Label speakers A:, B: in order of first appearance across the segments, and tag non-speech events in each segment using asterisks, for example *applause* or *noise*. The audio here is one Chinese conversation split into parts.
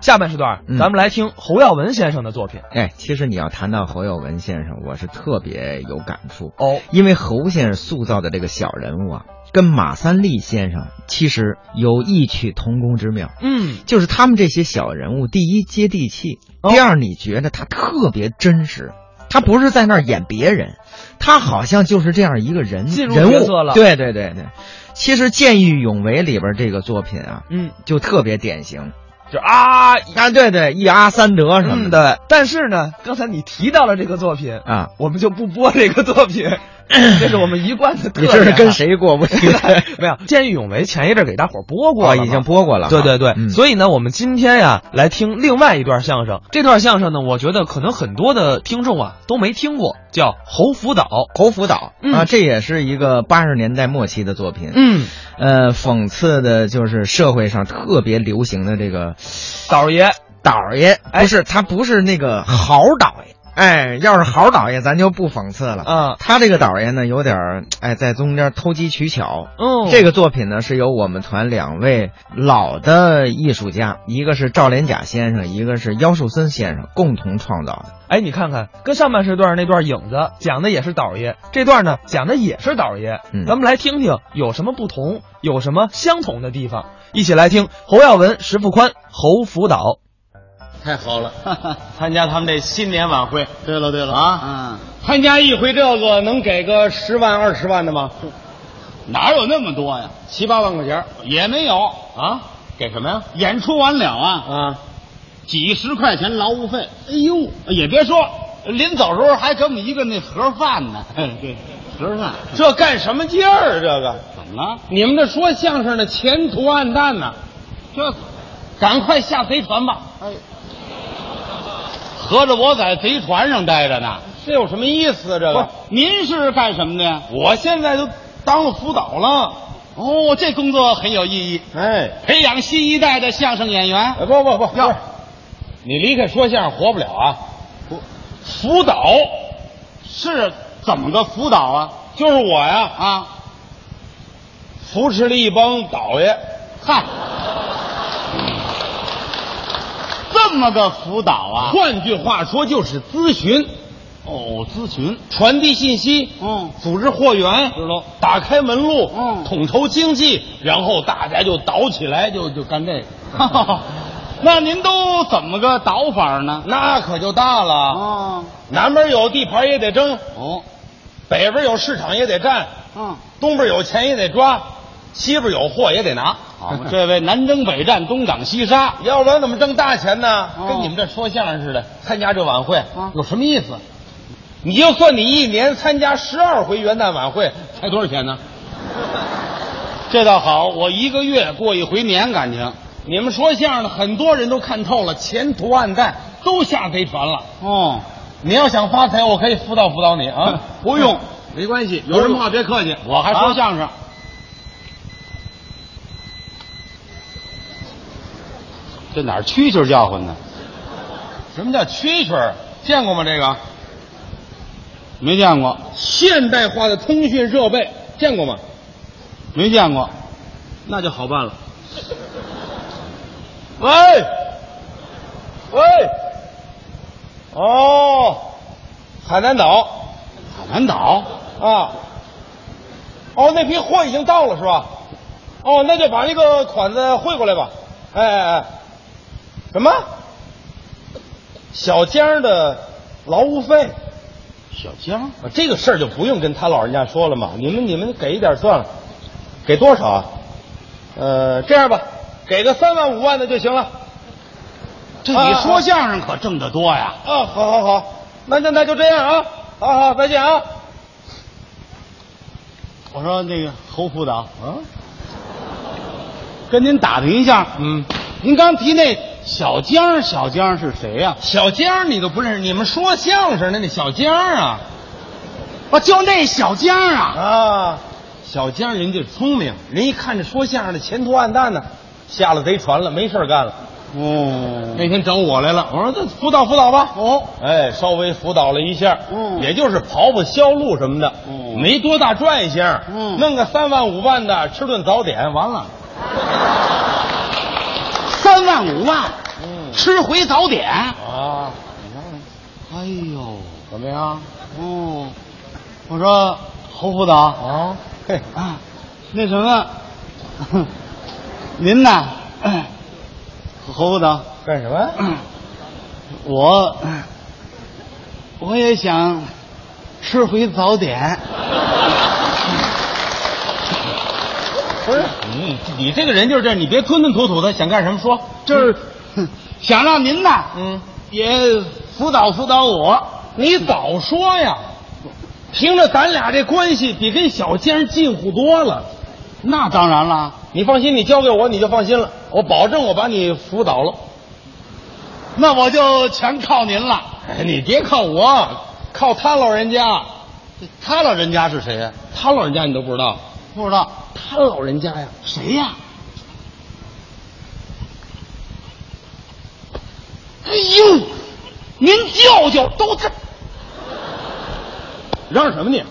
A: 下半时段，
B: 嗯
A: 咱们来听侯耀文先生的作品。
B: 哎，其实你要谈到侯耀文先生，我是特别有感触，
A: 哦，
B: 因为侯先生塑造的这个小人物啊，跟马三立先生其实有异曲同工之妙。
A: 嗯，
B: 就是他们这些小人物，第一接地气，
A: 哦
B: 第二你觉得他特别真实，他不是在那儿演别人，他好像就是这样一个人
A: 进入
B: 人
A: 角
B: 物
A: 色了
B: 对对对对，其实《见义勇为》里边这个作品啊，
A: 嗯，
B: 就特别典型
A: 就啊，
B: 啊，对对，一阿三德什么
A: 嗯
B: 的、
A: 的。但是呢，刚才你提到了这个作品，
B: 啊。
A: 我们就不播这个作
B: *laughs*
A: 品，这是我们一贯的特
B: 你
A: 点啊。
B: 这是跟谁过不去？
A: *laughs* 没有，见义勇为前一阵给大伙儿播过
B: 我
A: 了嘛，
B: 啊哦已经播过了哈。
A: 对对对，
B: 嗯
A: 所以呢，我们今天呀来听另外一段相声。这段相声呢，我觉得可能很多的听众啊都没听过，叫《侯福岛》。
B: 侯福岛
A: 嗯
B: 啊，这也是一个八十年代末期的作品。
A: 嗯，
B: 呃，讽刺的就是社会上特别流行的这个
A: 岛儿爷，
B: 岛儿爷，
A: 哎
B: 不是他不是那个好岛爷。哎，要是好岛爷，咱就不讽刺了。
A: 啊，
B: 他这个岛爷呢，有点儿哎，在中间偷机取巧。
A: 嗯，
B: 这个作品呢，是由我们团两位老的艺术家，一个是赵连甲先生，一个是妖树森先生共同创造的。
A: 哎，你看看，跟上半时段那段影子讲的也是岛儿爷，这段呢讲的也是岛儿爷。
B: 嗯
A: 咱们来听听有什么不同，有什么相同的地方，一起来听侯耀文、石富宽、侯福岛。
C: 太好
D: *laughs*
C: 了！
D: 参加他们这新年晚会，
C: 对了对了
D: 啊
C: 嗯，
D: 参加一回这个能给个十万二十万的吗？
C: 哪有那么多呀？
D: 七八万块钱
C: 也没有，
D: 啊？给什么呀？
C: 演出完了啊，
D: 啊，
C: 几十块钱劳务费。哎呦，也别说，临走时候还给我们一个那盒饭
D: *laughs*
C: 呢。对，盒饭
D: 这干什么劲儿啊？这个
C: 怎么了？
D: 你们这说相声的前途暗淡呐、
C: 这
D: 赶快下贼船吧！
C: 合着我在贼船上待着呢。
D: 这有什么意思啊？这
C: 不是
D: 个，
C: 您是干什么的呀？
D: 我现在都当了辅导了。
C: 哦，这工作很有意义，
D: 哎，
C: 培养新一代的相声演员。
D: 哎不不不，
C: 哟
D: 不是你离开说相声活不了啊！辅导
C: 是怎么个辅导啊？
D: 就是我呀，
C: 啊，
D: 扶持了一帮倒爷。
C: 嗨，这么个辅导啊？
D: 换句话说，就是咨询。
C: 哦，咨询，
D: 传递信息，
C: 嗯
D: 组织货源，知道，打开门路，
C: 嗯
D: 统筹经济，然后大家就倒起来，就就干这个， *laughs*
C: 那您都怎么个导法呢？
D: 那可就大了。
C: 啊，
D: 南边有地盘也得争，
C: 哦，
D: 北边有市场也得占，
C: 嗯，
D: 东边有钱也得抓，西边有货也得拿。
C: 好，啊这位南征北战，东挡西杀，
D: *laughs* 要不然怎么挣大钱呢？
C: 哦
D: 跟你们这说相声似的，参加这晚会、
C: 啊
D: 有什么意思？你就算你一年参加十二回元旦晚会，才多少钱呢？
C: 这倒好，我一个月过一回年，感情。
D: 你们说相声的很多人都看透了，前途暗淡，都下贼船了。
C: 哦，。
D: 你要想发财，我可以辅导辅导你 *laughs* 啊
C: 哎 *laughs* 不用，
D: 没关系，
C: 有什么话别客气，我还说
D: 啊
C: 相声。这哪儿蛐蛐叫唤呢？
D: 什么叫蛐蛐儿？见过吗？这个
C: 没见过，
D: 现代化的通讯设备见过吗？
C: 没见过。
D: 那就好办了。喂，喂，哦，海南岛
C: 海南岛，
D: 啊，哦，那批货已经到了是吧？哦，那就把那个款子汇过来吧。哎哎哎，什么？小江的劳务费？
C: 小江，
D: 啊，这个事儿就不用跟他老人家说了嘛，你们你们给一点算了，给多少啊？呃，这样吧，给个三万五万的就行了。
C: 这你
D: 啊
C: 说相声可挣得多呀！
D: 啊，好好好，那那那就这样啊，好好再见啊。
C: 我说那个侯辅导，
D: 啊
C: 嗯，跟您打听一下，
D: 嗯，
C: 您刚提那小江，小江是谁呀、
D: 小江你都不认识，你们说相声的那小江啊
C: 我就那小江啊，
D: 啊，小江人家聪明，人一看这说相声的前途暗淡呢，下了贼船了，没事儿干了。
C: 哦
D: 那天找我来了，我说这辅导辅导吧。
C: 哦，
D: 哎，稍微辅导了一下，
C: 嗯
D: 也就是刨刨销路什么的，
C: 哦
D: 没多大赚性，
C: 嗯
D: 弄个三万五万的，吃顿早点，完了，
C: 三万五万，
D: 嗯，
C: 吃回早点。
D: 啊，
C: 你看，哎呦，
D: 怎么样？
C: 哦，我说侯副导
D: 啊，嘿，
C: 啊，那什么，您 *clears throat* 呐，侯副导，
D: 干什么？
C: 嗯我我也想吃回早点。
D: 不是
C: 嗯
D: 你，你这个人就是这样，你别吞吞吐吐的，想干什么说。
C: 就是想让您呐，
D: 嗯，
C: 也辅导辅导我。
D: 你早说呀！凭着咱俩这关系，比跟小尖近乎多了。
C: 那当然了，
D: 你放心，你交给我，你就放心了。我保证，我把你辅导了。
C: 那我就全靠您了。
D: 哎，你别靠我，靠他老人家。
C: 他老人家是谁呀、
D: 他老人家你都不知道？
C: 不知道
D: 他老人家呀，
C: 谁呀、哎呦，您舅舅都这
D: 嚷什么你？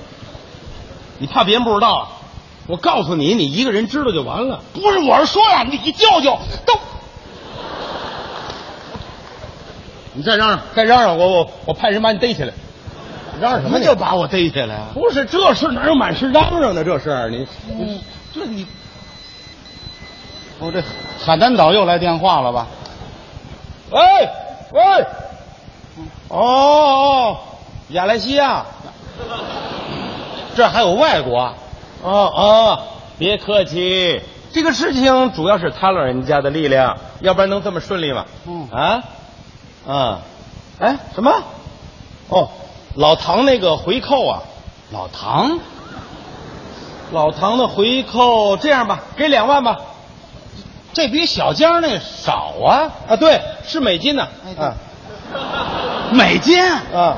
D: 你怕别人不知道啊？我告诉你，你一个人知道就完了。
C: 不是我是说呀、你舅舅 *laughs* 都
D: 你再嚷嚷，再嚷嚷，我我我派人把你逮起来。嚷嚷什么你？
C: 就把我逮起来啊？
D: 不是这事哪有满是嚷嚷的？这是你哦
C: 嗯，这你，我、这海南岛又来电话了吧？
D: 喂喂，哦哦，亚来西亚，这还有外国啊？哦哦，别客气，这个事情主要是他老人家的力量，要不然能这么顺利吗？
C: 嗯
D: 啊，啊，哎，什么？哦，老唐那个回扣啊，
C: 老唐，
D: 老唐的回扣，这样吧，给两万吧。
C: 这比小江那少啊，
D: 啊，对，是美金呢、
C: 哎对
D: 啊
C: 美金。
D: 啊，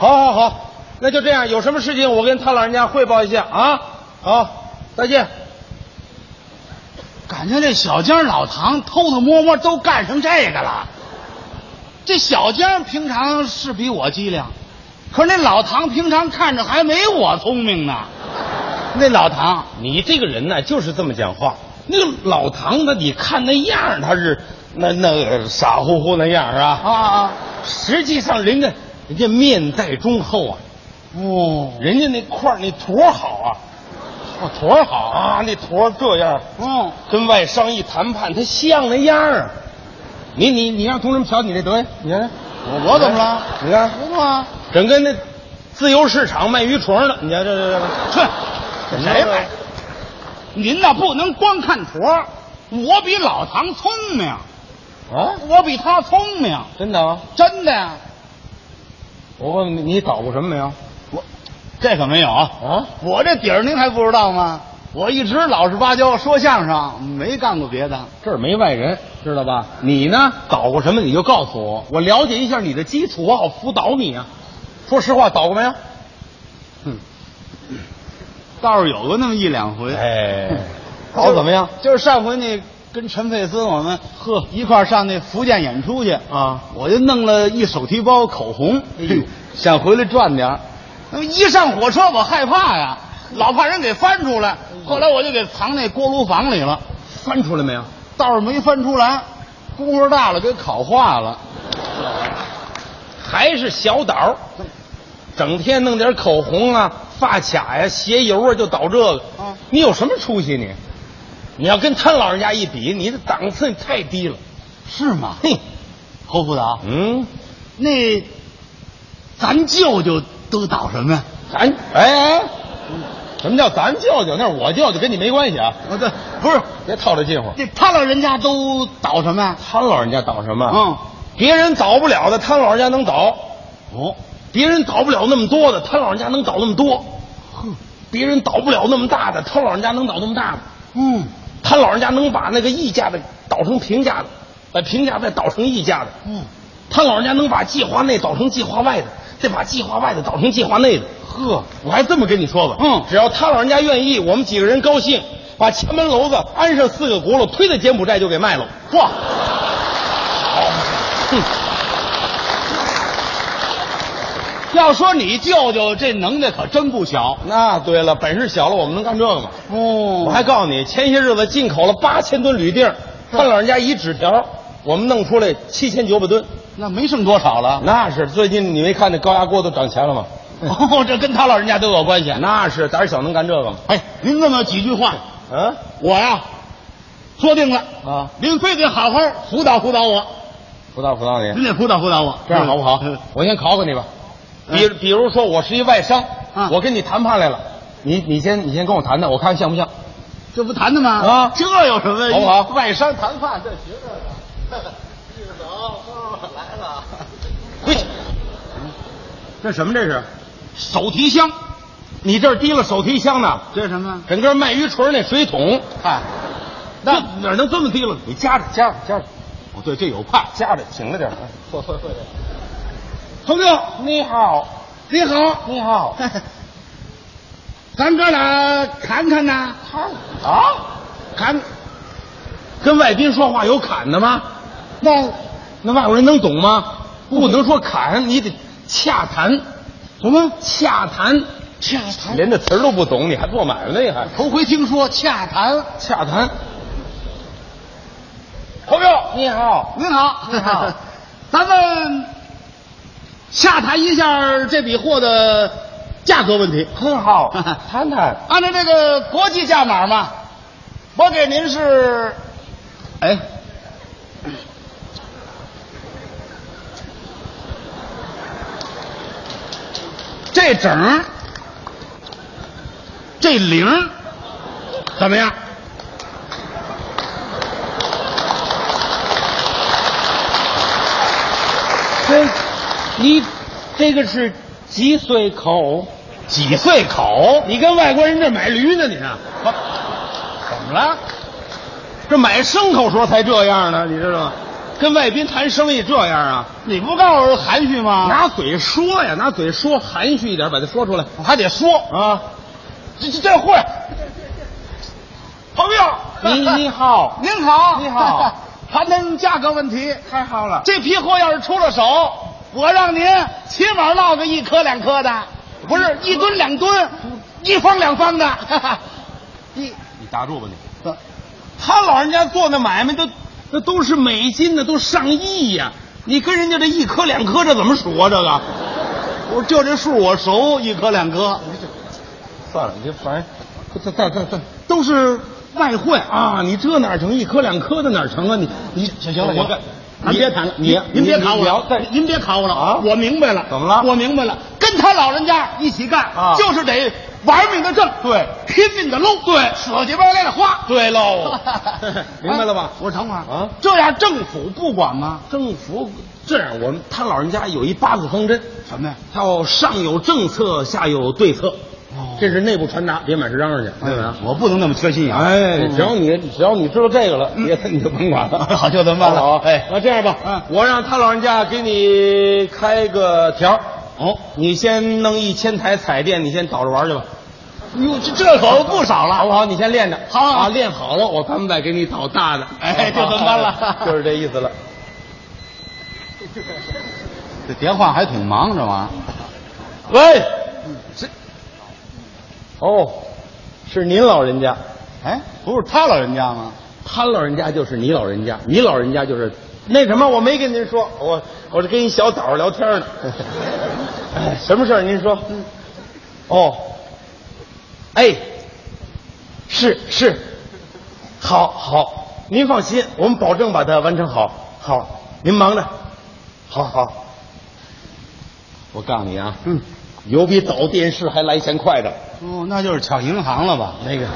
D: 好，好，好，那就这样。有什么事情我跟他老人家汇报一下啊。好，再见。
C: 感情这小江、老唐偷偷摸摸都干成这个了。这小江平常是比我机灵，可是那老唐平常看着还没我聪明呢。那老唐，
D: 你这个人呢，就是这么讲话。那个老唐呢，你看那样儿，他是那那个傻乎乎那样儿啊
C: 啊啊，
D: 实际上人家人家面带忠厚啊，
C: 哦，
D: 人家那块儿那坨儿好啊，
C: 我坨儿好，
D: 啊，那坨儿这样儿，
C: 嗯，
D: 跟外商一谈判，他像那样儿啊。你你你让同志们瞧你这德行，你看看
C: 我我怎么了？
D: 你看
C: 不错啊，
D: 整跟那自由市场卖鱼虫的，你看这这
C: 哼，谁买？您呐不能光看坨儿，我比老唐聪明，
D: 这啊，
C: 我比他聪明，
D: 真的啊！
C: 真的呀。
D: 我问你，你捣鼓什么没有？
C: 我这可没有
D: 啊
C: 我这底儿您还不知道吗？我一直老实巴交说相声，没干过别的。
D: 这儿没外人，知道吧？你呢，捣鼓什么你就告诉我，我了解一下你的基础，我好辅导你啊。说实话，捣鼓没有？
C: 倒是有过那么一两回。 *laughs*
D: 哎
C: 哼，
D: 捣鼓怎么样？
C: *laughs* 就是上回那跟陈佩斯我们
D: 呵
C: 一块儿上那福建演出去
D: 啊，
C: 我就弄了一手提包口红，
D: 哎呦
C: 想回来赚点儿。那么一上火车我害怕
D: 哎
C: 呀，老怕人给翻出来。后来我就给藏那锅炉房里了，
D: 翻出来没有？
C: 倒是没翻出来，功夫大了给烤化了。
D: 还是小捣，整天弄点口红啊、发卡呀、鞋油啊，就捣这个。
C: 啊
D: 你有什么出息你？你要跟他老人家一比，你的档次太低了。
C: 是吗？
D: 嘿，
C: 侯副导，
D: 嗯，
C: 那咱舅舅都倒什么呀？
D: 咱哎哎，什么叫咱舅舅？那是我舅舅，跟你没关系啊！
C: 啊，对，不是，
D: 别套这近乎。
C: 这他老人家都倒什么呀？
D: 他老人家倒什么？
C: 嗯，
D: 别人倒不了的，他老人家能倒；
C: 哦，
D: 别人倒不了那么多的，他老人家能倒那么多；别人倒不了那么大的，他老人家能倒那么大的。
C: 嗯，
D: 他老人家能把那个溢价的倒成平价的，把平价再倒成溢价的。
C: 嗯，
D: 他老人家能把计划内倒成计划外的，再把计划外的倒成计划内的。
C: 呵，
D: 我还这么跟你说吧，
C: 嗯
D: 只要他老人家愿意，我们几个人高兴，把前门楼子安上四个轱辘，推到柬埔寨就给卖了。
C: 嚯，
D: *laughs* 哼，
C: 要说你舅舅这能耐可真不小。
D: 那对了，本事小了，我们能干这个吗？
C: 哦
D: 我还告诉你，前些日子进口了八千吨铝锭，他老人家一纸条，我们弄出来七千九百吨，
C: 那没剩多少了。
D: 那是最近你没看那高压锅都涨钱了吗？
C: 哦，这跟他老人家都有关系。
D: 哎那是胆小能干这个吗？
C: 哎，您这么几句话，
D: 嗯
C: 我呀，说定了
D: 啊，
C: 您非得好好辅导辅导我，
D: 辅导辅导
C: 您
D: 你，
C: 得辅导辅导我，
D: 哎这样好不好
C: 嗯？
D: 我先考考你吧，
C: 嗯
D: 比比如说我是一外商
C: 啊，
D: 我跟你谈判来了，你你先你先跟我谈谈，我看像不像，
C: 这不谈的吗？
D: 啊
C: 这有什么？
D: 好不好
C: 外商谈判这
D: 回去。这什么这是？
C: 手提箱，
D: 你这儿提了手提箱呢？
C: 这是什么？
D: 整个卖鱼锤那水桶，
C: 嗨，
D: 啊那哪能这么低了？你夹着夹着夹着，
C: 哦，对，这有派。
D: 夹着挺着点儿。
C: 会会会的。
D: 同志，你好，
C: 你好，
D: 你好，
C: *laughs* 咱哥俩砍砍呐，
D: 啊，
C: 砍，
D: 跟外宾说话有砍的吗？
C: 那
D: 那外国人能懂吗？不能说砍，你得洽谈，什么洽谈？
C: 洽谈。
D: 连这词儿都不懂，你还做买卖呢？还
C: 头回听说洽谈。
D: 洽谈？朋友，你好， *laughs*
C: 您好，
D: 您好，
C: *laughs* 咱们洽谈一下这笔货的价格问题。
D: 很好，谈谈。
C: 按照这个国际价码嘛，我给您是，哎，这整儿，这零儿，怎么样？
D: 这，你这个是几岁口？
C: 几岁口？
D: 你跟外国人这买驴呢？你啊？
C: 怎么了？
D: 这买牲口时候才这样呢，你知道吗？跟外宾谈生意这样啊？
C: 你不告诉我含蓄吗？
D: 拿嘴说呀，拿嘴说，含蓄一点，把它说出来
C: 还得说，
D: 啊！
C: 这这这会儿，朋友，
D: 你你 *laughs* 好，
C: 您好，
D: 你 *laughs* 好，
C: 谈谈价格问题。
D: 太好了，
C: 这批货要是出了手，我让您起码落个一颗两颗的，不是一吨两吨，一方两方的。一，
D: 你打住吧你！
C: 他老人家做的买卖都
D: 那都是美金的，都上亿呀、你跟人家这一颗两颗，这怎么数啊？这个
C: 我就这数我熟，一颗两颗
D: 算了，你这反正，这这这这
C: 都是
D: 外汇啊！你这哪成？一颗两颗的哪成啊？你你行行了，
C: 我
D: 你
C: 您别谈了，
D: 你
C: 您别考我
D: 聊
C: 了，您您别考我了
D: 啊
C: 我明白了，
D: 怎么了
C: 我明白了，跟他老人家一起干
D: 啊
C: 就是得玩命的挣，
D: 对
C: 拼命的搂，对，死乞白赖的花，*laughs*
D: 对喽明白了吧
C: 哎我等会儿
D: 啊
C: 这样政府不管吗？
D: 政府这样，我们他老人家有一八字方针，
C: 什么呀？
D: 叫上有政策，下有对策，
C: 哦啊
D: 这是内部传达，别满是嚷嚷去，对不对？
C: 我不能那么缺心眼儿。
D: 哎，只要你只要你知道这个了，别的你就甭管了，
C: 嗯 *laughs* 好就这么办了
D: 好不好
C: 哎
D: 那这样吧，
C: 嗯
D: 我让他老人家给你开个条儿，
C: 哦，
D: 你先弄一千台彩电，你先倒着玩去吧，
C: 哟，这这可不少
D: 好
C: 了。
D: 不好？你先练着，
C: 好好好
D: 啊，练好了，我咱们再给你倒大的，
C: 哎就这么办了
D: *laughs* 就是这意思了。
C: 这电话还挺忙，这玩意儿。
D: 喂，这，哦，是您老人家，
C: 哎，不是他老人家吗？
D: 他老人家就是你老人家，你老人家就是那什么，我没跟您说，我我是跟一小枣聊天呢。 *laughs* 哎，什么事儿？您说。
C: 嗯
D: 哦，哎，是是，好好，您放心，我们保证把它完成好。好，您忙着，好好。我告诉你啊，
C: 嗯，
D: 有比倒电视还来钱快的。
C: 哦，那就是抢银行了吧？
D: 那个，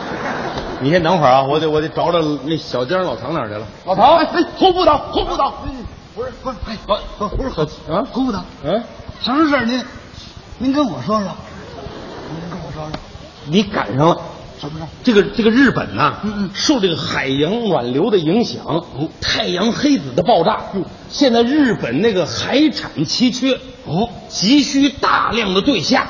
D: 你先等会儿啊，我得我得找找那小江老唐哪儿去了。
C: 老头，哎，胡不倒，胡不倒，不是，不是，哎，
D: 不不是很啊
C: 啊，胡不倒，
D: 嗯，
C: 什么事儿您，您跟我说说，您跟我说说，
D: 你赶上了。
C: 什么事儿？
D: 这个这个日本呐、
C: 嗯哦嗯
D: 受这个海洋暖流的影响，太阳黑子的爆炸，
C: 嗯
D: 现在日本那个海产奇缺，哦，急需大量的对虾。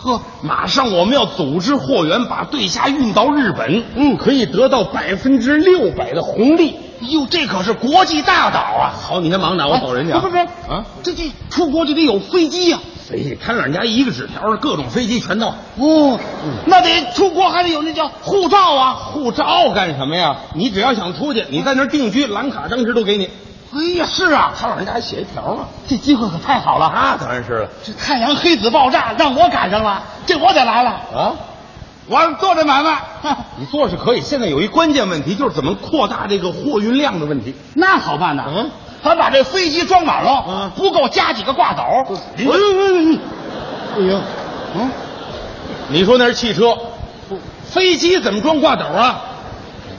C: 呵，
D: 马上我们要组织货源，把对虾运到日本，嗯，可以得到百分之六百的红利。
C: 哟，哎这可是国际大岛啊！
D: 好，你先忙着，我走人去、啊
C: 哎不是不是
D: 啊，
C: 这这出国就得有飞机呀、
D: 飞机，他老人家一个纸条，各种飞机全到。
C: 哦，那得出国还得有那叫护照啊。
D: 护照干什么呀？你只要想出去，你在那儿定居，蓝卡当时都给你。
C: 哎呀，是啊，
D: 他老人家还写一条呢。
C: 这机会可太好了啊！
D: 那当然是了
C: 这太阳黑子爆炸让我赶上了，这我得来了，
D: 啊！
C: 我做这买卖，哼
D: 你做是可以，现在有一关键问题就是怎么扩大这个货运量的问题。
C: 那好办呐。
D: 嗯，
C: 咱把这飞机装满了，
D: 嗯
C: 不够加几个挂斗。
D: 哎呦哎呦呦！不行，
C: 嗯，
D: 你说那是汽车，飞机怎么装挂斗啊？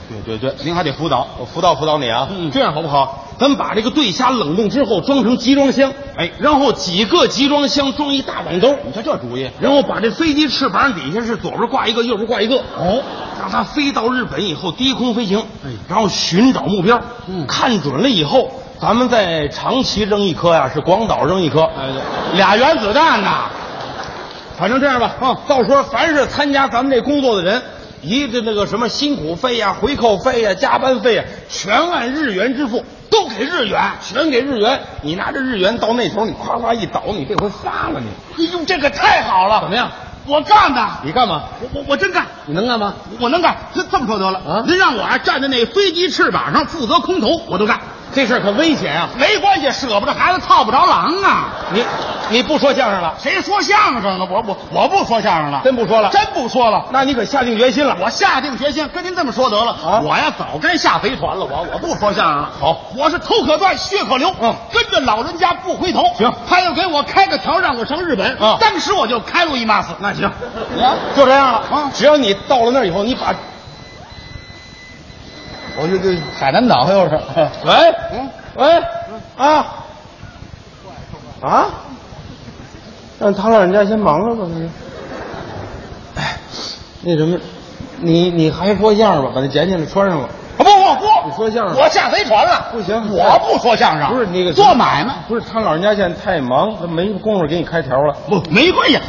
D: 对对对，您还得辅导，我辅导辅导你啊。
C: 嗯
D: 这样好不好？咱们把这个对虾冷冻之后装成集装箱，哎，然后几个集装箱装一大网兜，你瞧这主意。然后把这飞机翅膀底下是左边挂一个，右边挂一个，哦，让它飞到日本以后低空飞行，哎，然后寻找目标，
C: 嗯
D: 看准了以后，咱们在长崎扔一颗呀、是广岛扔一颗，哎，
C: 俩原子弹呐，
D: 反正这样吧，啊，到时候凡是参加咱们这工作的人，一个那个什么辛苦费呀、回扣费呀、加班费呀，全按日元支付，
C: 都给日元。
D: 全给日元。你拿着日元到那头，你夸夸一倒，你这回发了你。
C: 哎呦，这可太好了！
D: 怎么样？
C: 我干的，
D: 你干嘛？
C: 我我我真干，
D: 你能干吗？
C: 我能干。这这么说得了，
D: 啊
C: 您让我啊站在那飞机翅膀上负责空投，我都干。
D: 这事儿可危险啊！
C: 没关系，舍不得孩子套不着狼啊！
D: 你你不说相声了，
C: 谁说相声了？我我我不说相声了，
D: 真不说了
C: 啊真不说了。
D: 那你可下定决心了。
C: 我下定决心跟您这么说得了，
D: 啊
C: 我呀早该下贼船了，我我不说相声了。
D: 好
C: 我是头可断，血可流，
D: 嗯
C: 跟着老人家不回头。
D: 行
C: 他要给我开个条让我上日本，
D: 啊
C: 当时我就开路一马死。那行，嗯
D: 就这样了
C: 啊
D: 只要你到了那儿以后，你把
C: 我就这海南岛又
D: *laughs*
C: 是，
D: 喂，
C: 嗯
D: 喂，啊啊，让他老人家先忙了吧。那个哎，那什么，你你还说相声吧，把那捡起来穿上吧。
C: 啊不不不，
D: 你说相声
C: 我下贼船了，
D: 不行
C: 我不说嗯相声，
D: 不是那个
C: 做买卖，
D: 不是他老人家现在太忙，他没工夫给你开条了。
C: 不没关系，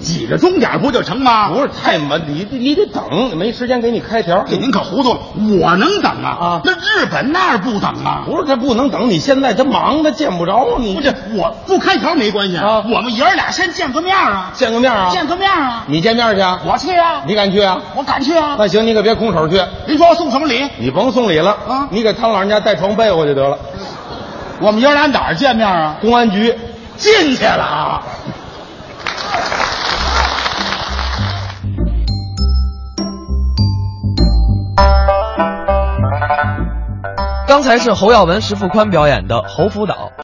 C: 挤着钟点不就成吗？
D: 不是太忙，你得你得等，没时间给你开条。
C: 给您可糊涂了，我能等啊
D: 啊
C: 那日本那儿不等啊？
D: 不是他不能等，你现在他忙，他见不着你。
C: 不是，我不开条没关系
D: 啊
C: 我们爷儿俩先见个面啊，
D: 见个面啊？
C: 见个面啊，
D: 你见面去啊？
C: 我去啊，
D: 你敢去啊？
C: 我敢去啊。
D: 那行，你可别空手去。
C: 您说我送什么礼？
D: 你甭送礼了
C: 啊
D: 你给他老人家带床被窝就得了。
C: 我们爷儿俩哪儿见面啊？
D: 公安局，
C: 进去了啊。
A: 刚才是侯耀文、石富宽表演的《侯福岛》。